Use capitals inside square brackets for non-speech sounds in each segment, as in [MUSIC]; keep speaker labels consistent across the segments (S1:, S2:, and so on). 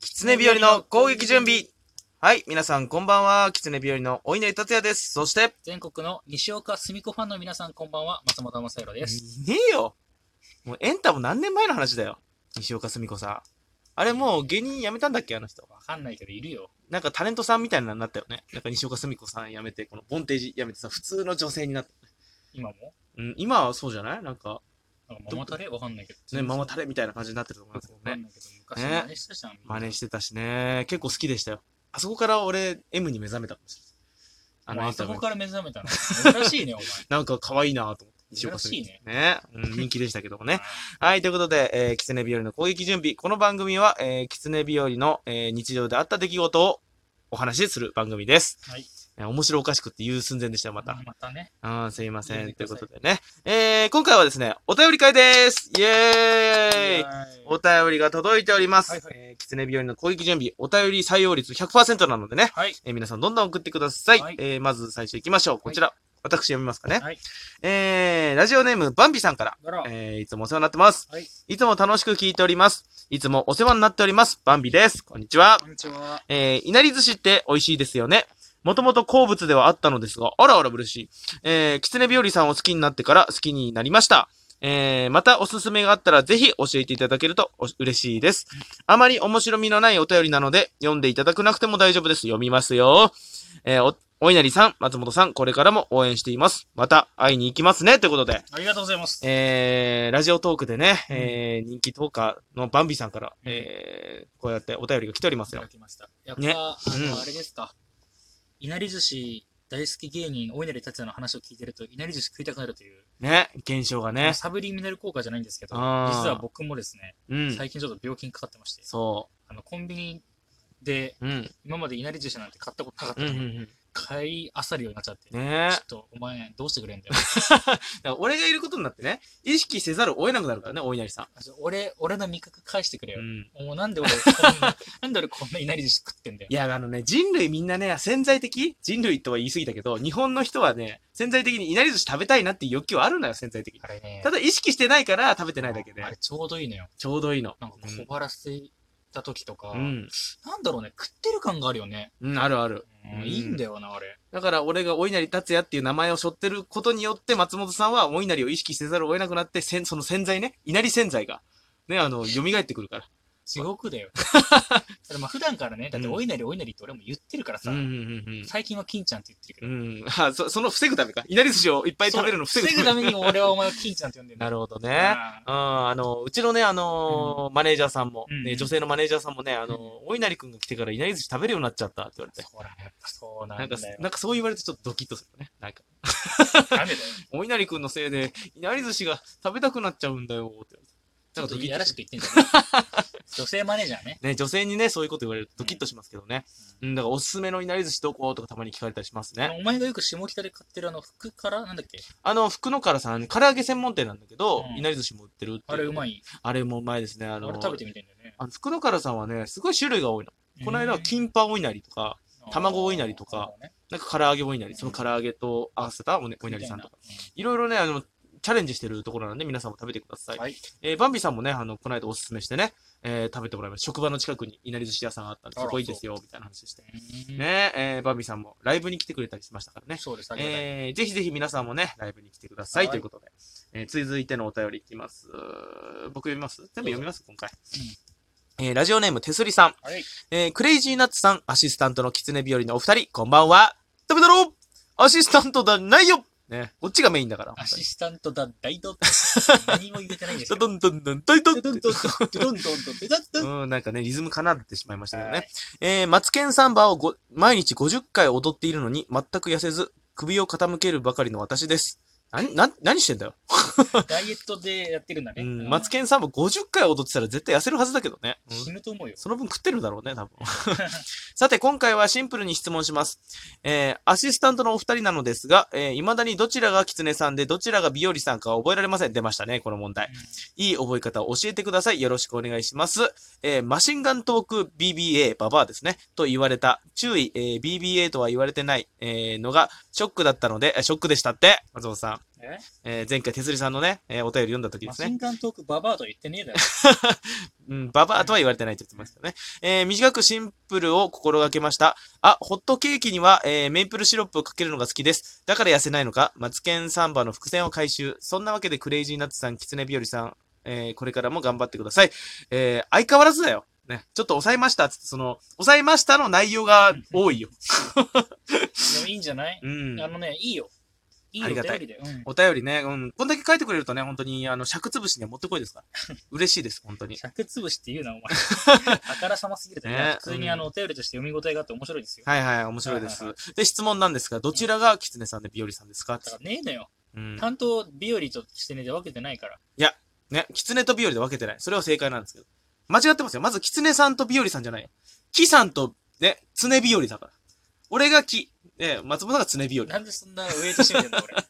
S1: 狐日和の攻撃準備。はい、皆さんこんばんは。狐日和のお稲荷達也です。そして、
S2: 全国の西岡すみ子ファンの皆さん、こんばんは。松本正弘です。
S1: いねえよ。もうエンタも何年前の話だよ。西岡澄子さん。あれもう芸人辞めたんだっけあの人。
S2: わかんないけど、いるよ。
S1: なんかタレントさんみたいなのになったよね。なんか西岡澄子さん辞めて、このボンテージ辞めてさ、普通の女性になった。
S2: 今も。
S1: うん、今はそうじゃないなんか、
S2: なんかママタレわかんないけど。
S1: ね、ママタレみたいな感じになってると思いま
S2: わ
S1: すけど
S2: か
S1: ね。
S2: んないけど、昔真似したじゃん。
S1: 真似してたしね。結構好きでしたよ。あそこから俺、M に目覚めたかもしれない。
S2: あ
S1: あのエンタ
S2: そ
S1: メ
S2: こから目覚めたの。珍しいね、お前。
S1: なんか可愛いなと思って。西岡
S2: 珍
S1: す
S2: しい
S1: み
S2: ね。
S1: ね。うん、人気でしたけ
S2: [LAUGHS]
S1: どもね。
S2: あ
S1: はい、ということで、えー、狐日和の攻撃準備。この番組は、えー、狐日和の、えー日常であった出来事をお話しする番組です。
S2: ー。はい。
S1: えー面白おかしくって言う寸前でしたよ、また。
S2: またね。
S1: あーすいませ
S2: 言
S1: ん。と
S2: うて
S1: いうこ
S2: くださ
S1: と
S2: い
S1: でね。えー、今回はですね、お便り会ですイエーイ
S2: はい
S1: お便りが届いております。
S2: はいはい
S1: えー、狐日和の攻撃準備、お便り採用率100%なのでね、
S2: はい。
S1: えー皆さんどんどん送ってください。
S2: はい
S1: えーまず最初行きましょう。こちら。私読みますかね。
S2: はい。
S1: えー、ラジオネーム、バンビさんから。
S2: だら。
S1: えー、いつもお世話になってます。
S2: はい。
S1: いつも楽しく聞いております。いつもお世話になっております。バンビです。こんにちは
S2: こ。んにちは。
S1: えー、いなり寿司って美味しいですよね。もともと好物ではあったのですが、あらあら嬉しい。えー、きつね日和さんを好きになってから好きになりました。えー、またおすすめがあったらぜひ教えていただけるとお嬉しいです。あまり面白みのないお便りなので、読んでいただくなくても大丈夫です。読みますよ。えー、お、お稲荷さん、松本さん、これからも応援しています。また会いに行きますね。ということで。
S2: ありがとうございます。
S1: えー、ラジオトークでね、えー人気トーカーのバンビさんから、えー、こうやってお便りが来ております
S2: いた
S1: よ
S2: だ。きました。やっぱ、
S1: ね
S2: あ
S1: うん
S2: の、あれですか。いなり寿司大好き芸人、お稲荷達也の話を聞いてると、いなり寿司食いたくなるという、
S1: ね、現象がね。
S2: サブリミナル効果じゃないんですけど、実
S1: あー
S2: は僕もですね、
S1: うん。
S2: 最近ちょっと病気にかかってまして、
S1: そ
S2: あのコンビニで
S1: う。うん。
S2: 今までいなり寿司なんて買ったことなかった
S1: うんう
S2: の
S1: ん
S2: に、
S1: うん。
S2: 買いあさるようになっちゃって、
S1: ねえ。
S2: ちょ
S1: だ
S2: っとお前どうしてくれんだよ。
S1: から俺がいることになってね、意識せざるを得なくなるからね、お稲荷さ
S2: 俺、俺の味覚返してくれ
S1: ん。
S2: よ
S1: う。ん。
S2: もうなんで俺こんな、 [LAUGHS] なんで俺こんないなり寿司食ってんだよ
S1: い。や、あのね、人類みんなね、潜在的人類とは言い過ぎたけど、日本の人はね、潜在的に稲荷寿司食べたいなっていう欲求はあるのよ、潜在的に。
S2: あれね、
S1: ただ意識してないから食べてないだけで
S2: あ、れちょうどいいのよ。
S1: ちょうどいいの。
S2: なんか小腹空いた時とか、
S1: うん。
S2: なんだろうね、食ってる感があるよね。
S1: うん、あるある。
S2: うん
S1: うん
S2: いいんだよな、あれ。
S1: だから俺がお稲荷達也っていう名前を背負ってることによって松本さんはお稲荷を意識せざるを得なくなって、せんその潜在ね、稲荷潜在が、ね、あの、蘇ってくるから。
S2: 地
S1: [LAUGHS]
S2: 獄だよ。ただまあ普段からね、だってお稲荷お稲荷って俺も言ってるからさ、
S1: うんうんうん
S2: 最近は金ちゃんって言ってるけ
S1: う
S2: ど、
S1: ん。うん。あ、そ、その防ぐためか。いなり寿司をいっぱい食べるのを防ぐ
S2: ために俺はお前を金ちゃんって呼んでるんだ
S1: な
S2: よ
S1: るほどね。うん、あの、うちのね、あのーマネージャーさんも、
S2: うん
S1: ね、女性のマネージャーさんもね、あのーお稲荷くんが来てからいなり寿司食べるようになっちゃったって言われて。
S2: そうだね、やっぱそうな
S1: なん
S2: ん
S1: か
S2: だよ、。
S1: なんかそう言われてちょっとドキッとするね。なんか、
S2: なんでだよ。
S1: お稲荷くんのせいで、いなり寿司が食べたくなっちゃうんだよって言われて。
S2: ちょっとい
S1: な
S2: や
S1: んからドキッ
S2: しく言ってんじゃねえ女性マネージャーね。
S1: ね、女性にね、そういうこと言われるとドキッとしますけどね。うん、だからおすすめのいなり寿司どことかたまに聞かれたりします
S2: あ
S1: ね。
S2: のお前がよく下北で買ってるあの服から、なんだっけ
S1: あの、福野からさん、唐揚げ専門店なんだけど、
S2: うん
S1: いなり寿司も売ってるっていう。
S2: あれうま
S1: い。
S2: い。
S1: あれもうまいですね。あ
S2: あ
S1: の
S2: れ食べてみてんだよね。
S1: あの、福野からさんはね、すごい種類が多いの。この間は
S2: うん
S1: キンパお稲荷とか、卵お稲荷とか。なんか唐揚げお稲荷、その唐揚げと合わせたお,、ね、お稲荷さんとか。。いろいろね、あの、チャレンジしてるところなんで皆さんも食べてください。
S2: はい。
S1: えーバンビさんもね、あの、この間おすすめしてね、えー食べてもらいました。職場の近くにいなり寿司屋さんがあったんで、
S2: あら
S1: そこいいですよ、みたいな話して。
S2: うん
S1: ねえーバンビさんもライブに来てくれたりしましたからね。
S2: そうです、ありがたい。
S1: えー、ぜひぜひ皆さんもね、ライブに来てください
S2: はい
S1: ということで、えー続いてのお便りいきます。僕読みます全部読みます今回。えーラジオネーム、手すりさん。
S2: はい。
S1: えークレイジーナッツさん、アシスタントのキツネ日和のお二人、こんばんは。食べだろうアシスタントだないよね、こっちがメインだから。
S2: アシスタントだ、大道。何も言えてないんです
S1: ド
S2: けど。
S1: ドンドンドン、ドイドン
S2: ド
S1: ド
S2: ド
S1: ン
S2: ンドンドンドンドンドンドンドン
S1: うん、なんかね、リズム奏でてしまいましたけど
S2: は
S1: ね
S2: い。
S1: えー、マツケンサンバをご毎日50回踊っているのに、全く痩せず、首を傾けるばかりの私です。な、な、何してんだよ。
S2: ダイエットでやってるんだね。
S1: うん、マツケンサンバ50回踊ってたら絶対痩せるはずだけどね。うん
S2: 死ぬと思うよ。
S1: その分食ってるだろうね、 [LAUGHS] 多分。さて、今回はシンプルに質問します。えー、アシスタントのお二人なのですが、えー、未だにどちらがキツネさんで、どちらが美織さんかは覚えられません。出ましたね、この問題。いい覚え方を教えてください。よろしくお願いします。えー、マシンガントーク BBA ババアですね。と言われた。注意、えー、BBA とは言われてない、えー、のがショックだったので、えーショックでしたって、松本さん。
S2: え
S1: えー前回、哲理さんのね、えーお便り読んだ時で
S2: マ
S1: す
S2: シ
S1: ね。
S2: ンガントークババアとは言ってね
S1: [LAUGHS]
S2: えだろ。
S1: うん、ババアとは言われてないと言ってますけどね。えー短くシンプルを心がけました。あ、ホットケーキには、えーメイプルシロップをかけるのが好きです。だから痩せないのか、マツケンサンバの伏線を回収。そんなわけでクレイジーナッツさん、キツネ日和さん、えーこれからも頑張ってください。えー相変わらずだよ。ね、ちょっと抑えましたっつって、その、抑えましたの内容が多いよ。
S2: でもいいんじゃない、
S1: うん。
S2: あのね、いいよ。いい
S1: あ
S2: よ、
S1: りがたい
S2: 便りだよ。うん
S1: お便りね、うん。こんだけ書いてくれるとね、本当に、あの、尺潰しにはもってこいですから。嬉しいです、本当に。
S2: 尺潰しって言うな、お
S1: [LAUGHS]
S2: 前。あからさますぎるとね
S1: ね
S2: 普通にあの、お便りとして読み応えがあって面白いですよ。
S1: はいはい、面白いで
S2: はいは
S1: す。で、質問なんですが、どちらがキツネさんで日和さんですか
S2: だからねえのよ。
S1: うん。
S2: 担当、日和としてねで分けてないから。
S1: ね、キツネと日和で分けてない。それは正解なんですけど。間違ってますよ。まず、キツネさんと日和さんじゃないよ。キさんと、ね、ツネ日和だから。俺がキ、ね、松本さんがツネ日和。
S2: なんでそんなウェイト締めてんだ、
S1: [LAUGHS]
S2: 俺。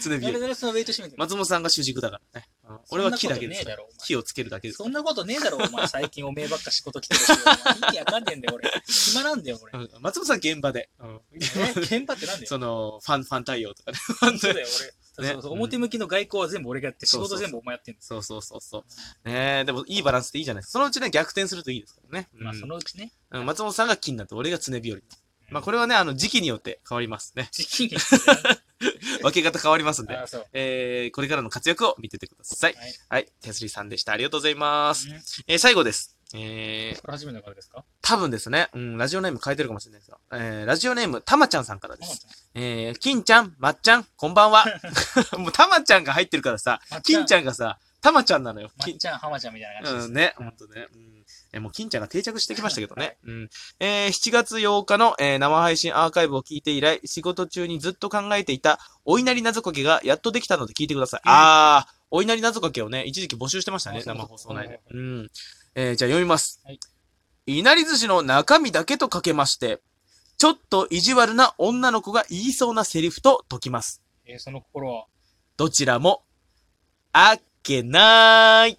S1: ツネ
S2: な
S1: 日
S2: んで
S1: 和。
S2: なんでそのウェイト締めてんの
S1: 松本さんが主軸だからね。うん俺はキだけですから。キをつけるだけです
S2: そんなことねえだろ、お前。最近おめえばっか仕事来てるし。お前意味わかんねえんだよ、俺。
S1: [LAUGHS]
S2: 暇なんだよ、俺。
S1: う
S2: え
S1: ん松本さん現場で。うん
S2: 現場ってなんだよ。
S1: [LAUGHS] その、ファン、ファン対応とかね。
S2: そうだよ、俺。
S1: ね
S2: そうそう表向きの外交は全部俺がやって、仕
S1: そうそ
S2: 事
S1: うそう
S2: 全部お前やってんです。
S1: そうそうそうそう。ねえ、でもいいバランスでいいじゃないですか。そのうちね、逆転するといいですからね。うん
S2: まあ、そのうち
S1: [LAUGHS]
S2: ね。
S1: うん松本さんが金になって、俺が常日和。まあ、こ
S2: れ、
S1: れはね、あの、時期によって変わります
S2: [LAUGHS]
S1: ね。
S2: 時期に。
S1: 分け方変わりますんで
S2: あ、あ、そう。
S1: えー、これからの活躍を見ててください。
S2: はい。
S1: はい、手すりさんでした。ありがとうございます。
S2: うん
S1: えー、最後です。えー、
S2: これ初めてだからですか
S1: 多分ですね、うん、ラジオネーム変えてるかもしれないですが、えー、ラジオネーム、たまちゃんさんからです。えー、金ちゃん、まっちゃん、こんばんは。 [LAUGHS] もう、たまちゃんが入ってるからさ、金ち
S2: ゃん。
S1: ゃんがさ、たまちゃんなのよ。
S2: ま
S1: 金
S2: っちゃん、浜ちゃんみたいな感じです
S1: うん。ね、ほんとね。うんえもう金ちゃんが定着してきましたけどね。うんえー7月8日の、えー生配信アーカイブを聞いて以来、仕事中にずっと考えていた、お稲荷謎かけがやっとできたので聞いてください。
S2: うん
S1: あー、お稲荷謎かけをね、一時期募集してましたね
S2: あ、そうそう
S1: 生放送内で。
S2: う
S1: うんえーじゃあ読みます。
S2: はい
S1: いなり寿司の中身だけとかけまして、ちょっと意地悪な女の子が言いそうなセリフと解きます。
S2: えー、その心は。
S1: どちらも、あっけなーい。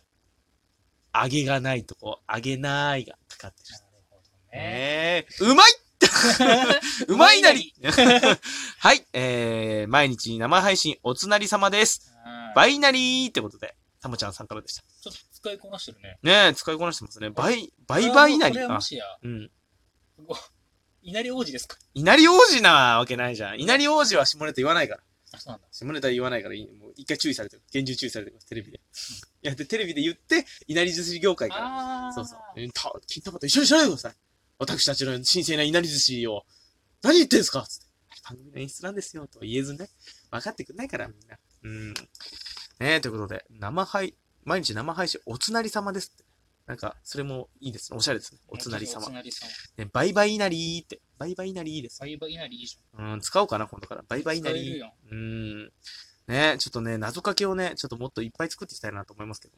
S1: あげがないとこ、あげなーいがかかってる
S2: な。るほどね。
S1: ねえうまいうまいなりはい、えー、毎日生配信おつなり様です。バ
S2: バイ
S1: イナリーってことで、たまちゃんさんからでした。
S2: ちょっと使いこなしてるね。
S1: ねえ、使いこなしてますね。バイ、バイバイナリ
S2: これ
S1: ー
S2: はも
S1: か
S2: しや、
S1: うん。
S2: ご稲荷王子ですか
S1: いなり王子なわけないじゃん。いなり王子は下ネタ言わないから。
S2: あ、そうなんだ。
S1: 下ネタ言わないからいい、もう一回注意されてる。厳重注意されてる。テレビで。いや、で、テレビで言って、いなり寿司業界から。
S2: あー
S1: そうそう。えーた、金玉と一緒にしないでください。私たちの神聖な稲荷寿司を、何言ってんすかつって。番組の演出なんですよ、とは言えずね。分かってくんないから、みんな。うん。ねえ、ということで、生配、毎日生配信、おつなり様ですって。なんか、それもいいですね。おしゃれですね。おつなり
S2: お
S1: 様
S2: つ。なり様。
S1: ね、バイバイ稲荷って。バイバイ稲荷です。
S2: バイバイ稲荷いいじ
S1: うん、使おうかな、今度から。バイバイ稲
S2: 使える
S1: 荷
S2: よ。
S1: うん。ねえ、ちょっとね、謎かけをね、ちょっともっといっぱい作っていきたいなと思いますけど。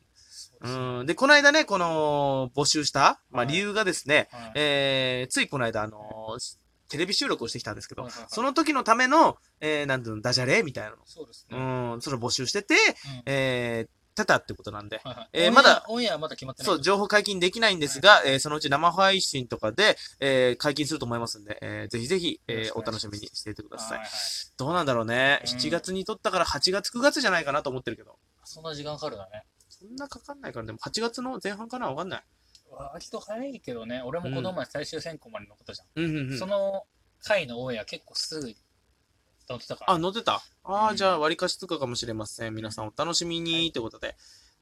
S2: ゃん。そう
S1: うん。で、この間ね、この、募集した、まあ、
S2: はい
S1: 理由がですね、
S2: そうはい
S1: えー、ついこの間、あのーテレビ収録をしてきたんですけ
S2: は
S1: ど
S2: いはいはい、
S1: その時のための、えー、なんていうの、ダジャレみたいな
S2: そうですね。
S1: の。うん、それを募集してて、
S2: うん
S1: えー、たたってことなんで。
S2: はいはい
S1: えー
S2: オンエア
S1: まだ
S2: オンエアはまだ決まってない。
S1: そう、情報解禁できないんですが、えーそのうち生配信とかで、えー、解禁すると思いますんで、えー、ぜひぜひ、えー、お
S2: よ
S1: 楽
S2: ろし
S1: し
S2: くお
S1: み
S2: 願いします
S1: にしていてくだ
S2: は
S1: さ
S2: い
S1: い
S2: はい。
S1: どうなんだろうね。
S2: うん
S1: 7月に撮ったから8月9月じゃないかなと思ってるけど。
S2: そんな時間かかるだね。
S1: そんなかかんないから、でも8月の前半かなわかんない。
S2: 割と早いけどね、俺もこの前最終選考までのことじゃん。
S1: うんうんうん
S2: そ。の回のオンエア結構すぐ乗ってたから。
S1: あ、載ってた。ああ、
S2: うん
S1: じゃあ、割かしつくかもしれません。皆さんお楽しみに、ということで。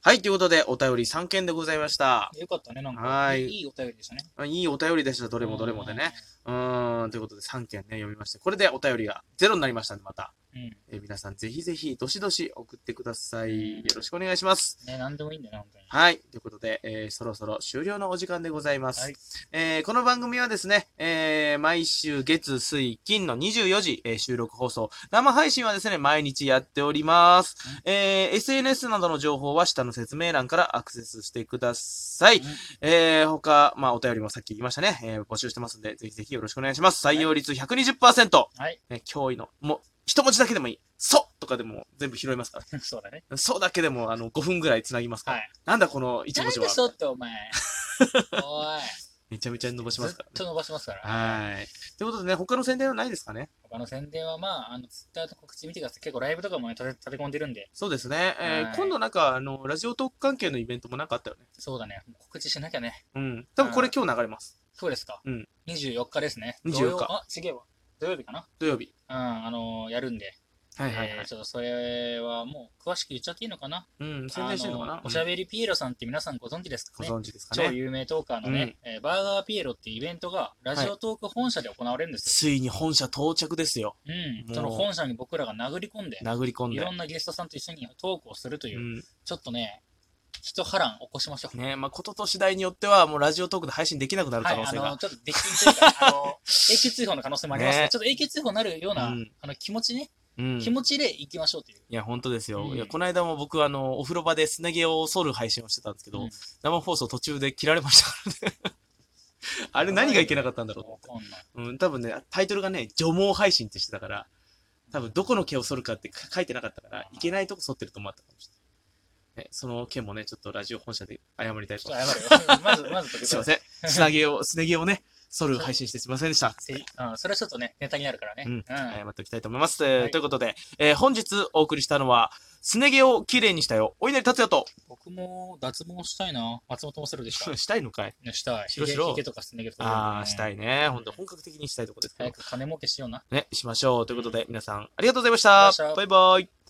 S1: はい、ということで、お便り3件でございました。
S2: よかったね、なんか。
S1: はい
S2: いお便りでしたね。
S1: あいいお便りでした。ど
S2: ど
S1: れもどれもでね。。うーん、ということで3件ね、読みまして。これでお便りがゼロになりましたんで、また。
S2: うん。
S1: えー皆さん、ぜひぜひ、どしどし送ってください。よろしくお願いします。
S2: ね、なんでもいいんだよな、本当に。
S1: はい。ということで、えーそろそろ終了のお時間でございます。
S2: はい
S1: えーこの番組はですね、えー毎週月、水、金の24時、えー収録放送。生配信はですね、毎日やっております。えー SNS などの情報は下の説明欄からアクセスしてください
S2: うん。
S1: えー他、まあ、お便りもさっき言いましたね、えー募集してますんで、ぜひぜひよろしくお願いします。採用率120%。
S2: はい。 [LAUGHS]
S1: ね、脅威の、もう、一文字だけでもいい。そうとかでも全部拾いますか
S2: そうだね。
S1: ら。そうだけでも、あの、5分ぐらい繋ぎますから。
S2: はい。
S1: なんだこの一
S2: なん
S1: [LAUGHS] 文
S2: で
S1: 字は。
S2: そうってお前。おい。
S1: めちゃめちゃ伸ばしますか
S2: ずっと伸ばしますから。
S1: らね。はい。ということでね、他の宣伝はないですかね
S2: 他の宣伝はまあ、あの、ツイッターと告知見てください。結構ライブとかもね、立て立て込んでるんで、
S1: そうですね。えー
S2: はい
S1: 今度なんか、あの、ラジオトーク関係のイベントもなんかあったよね。
S2: そうだね。告知しなきゃね。
S1: うん。多分これ今日流れます。
S2: そうですか。
S1: うん
S2: 24日ですね。
S1: 24日
S2: 土曜あ、違えわ。土曜日かな
S1: 土曜日。
S2: うん、あのーやるんで。
S1: はいはい
S2: え
S1: は
S2: ー
S1: い。
S2: ちょっとそれはもう、詳しく言っちゃっていいのかな
S1: うん。宣伝してるのか
S2: あ
S1: な
S2: ーおしゃべりピエロさんって皆さんご存知ですか
S1: ご
S2: ね
S1: 存知ですか
S2: 超
S1: ね。
S2: 有名トーカーのね、えーバーガーピエロっていうイベントが、ラジオトーク本社で行われるんです
S1: ついに本社到着ですよ。
S2: よ。
S1: も
S2: う。
S1: うん
S2: その本社に僕らが殴り込んで、
S1: 殴り込ん
S2: い
S1: で
S2: ろ。んなゲストさんと一緒にトークをするというう、
S1: ん。
S2: ちょっとね、一波乱起こしましょう。
S1: ねまあ、ことと次第によっては、もうラジオトークで配信できなくなる
S2: は
S1: 可
S2: い、
S1: 能
S2: あ
S1: 性が
S2: の、。ちょっと出禁というか、
S1: [LAUGHS]
S2: あの、永久追放の可能性もありますね。
S1: ね
S2: ちょっと永久追放になるような、
S1: うん
S2: あの、気持ちね、
S1: うん。
S2: 気
S1: い
S2: 持ちで行きましょうという。
S1: や、本当ですよ。
S2: うん
S1: いや、この間も僕、あの、お風呂場ですね毛を剃る配信をしてたんですけど、
S2: うん
S1: 生放送途中で切られましたからね。 [LAUGHS] あれ何がいけなかったんだろうと思って
S2: わかんない
S1: うん、多分ね、タイトルがね、除毛配信ってしてたから、多分どこの毛を剃るかって書書いてなかったから、いけないとこ剃ってると思ったかもしれない。ね、その件もね、ちょっとラジオ本社で謝りたい
S2: ち
S1: と
S2: ょ
S1: 思
S2: っ
S1: いま
S2: と謝るよ。
S1: [LAUGHS]
S2: まず、まず、
S1: す。すいません。すなげ
S2: [LAUGHS]
S1: を、すね毛をね、剃る配信してすいませんでした。
S2: せいうん、それはちょっとね、ネタになるからね。
S1: う
S2: うんん。
S1: 謝っておきたいと思います。
S2: はい
S1: ということで、えー本日お送りしたのは、すね毛をきれいにしたよ、お稲荷達也と、
S2: 僕も脱毛したいな。松本もするで
S1: [LAUGHS]
S2: した。
S1: したいのかい
S2: ねしたい。
S1: しろし
S2: ひ
S1: ろ
S2: げひげとかすね毛とか、
S1: ああ、したい
S2: い。
S1: ね。ほんと、本格的にしたいとこですね
S2: 早。く金儲けしような。
S1: ね、しましょう。ということで、皆さん、ありがとうございまし
S2: あり
S1: た
S2: がとうござ
S1: バイ
S2: いました
S1: バイ。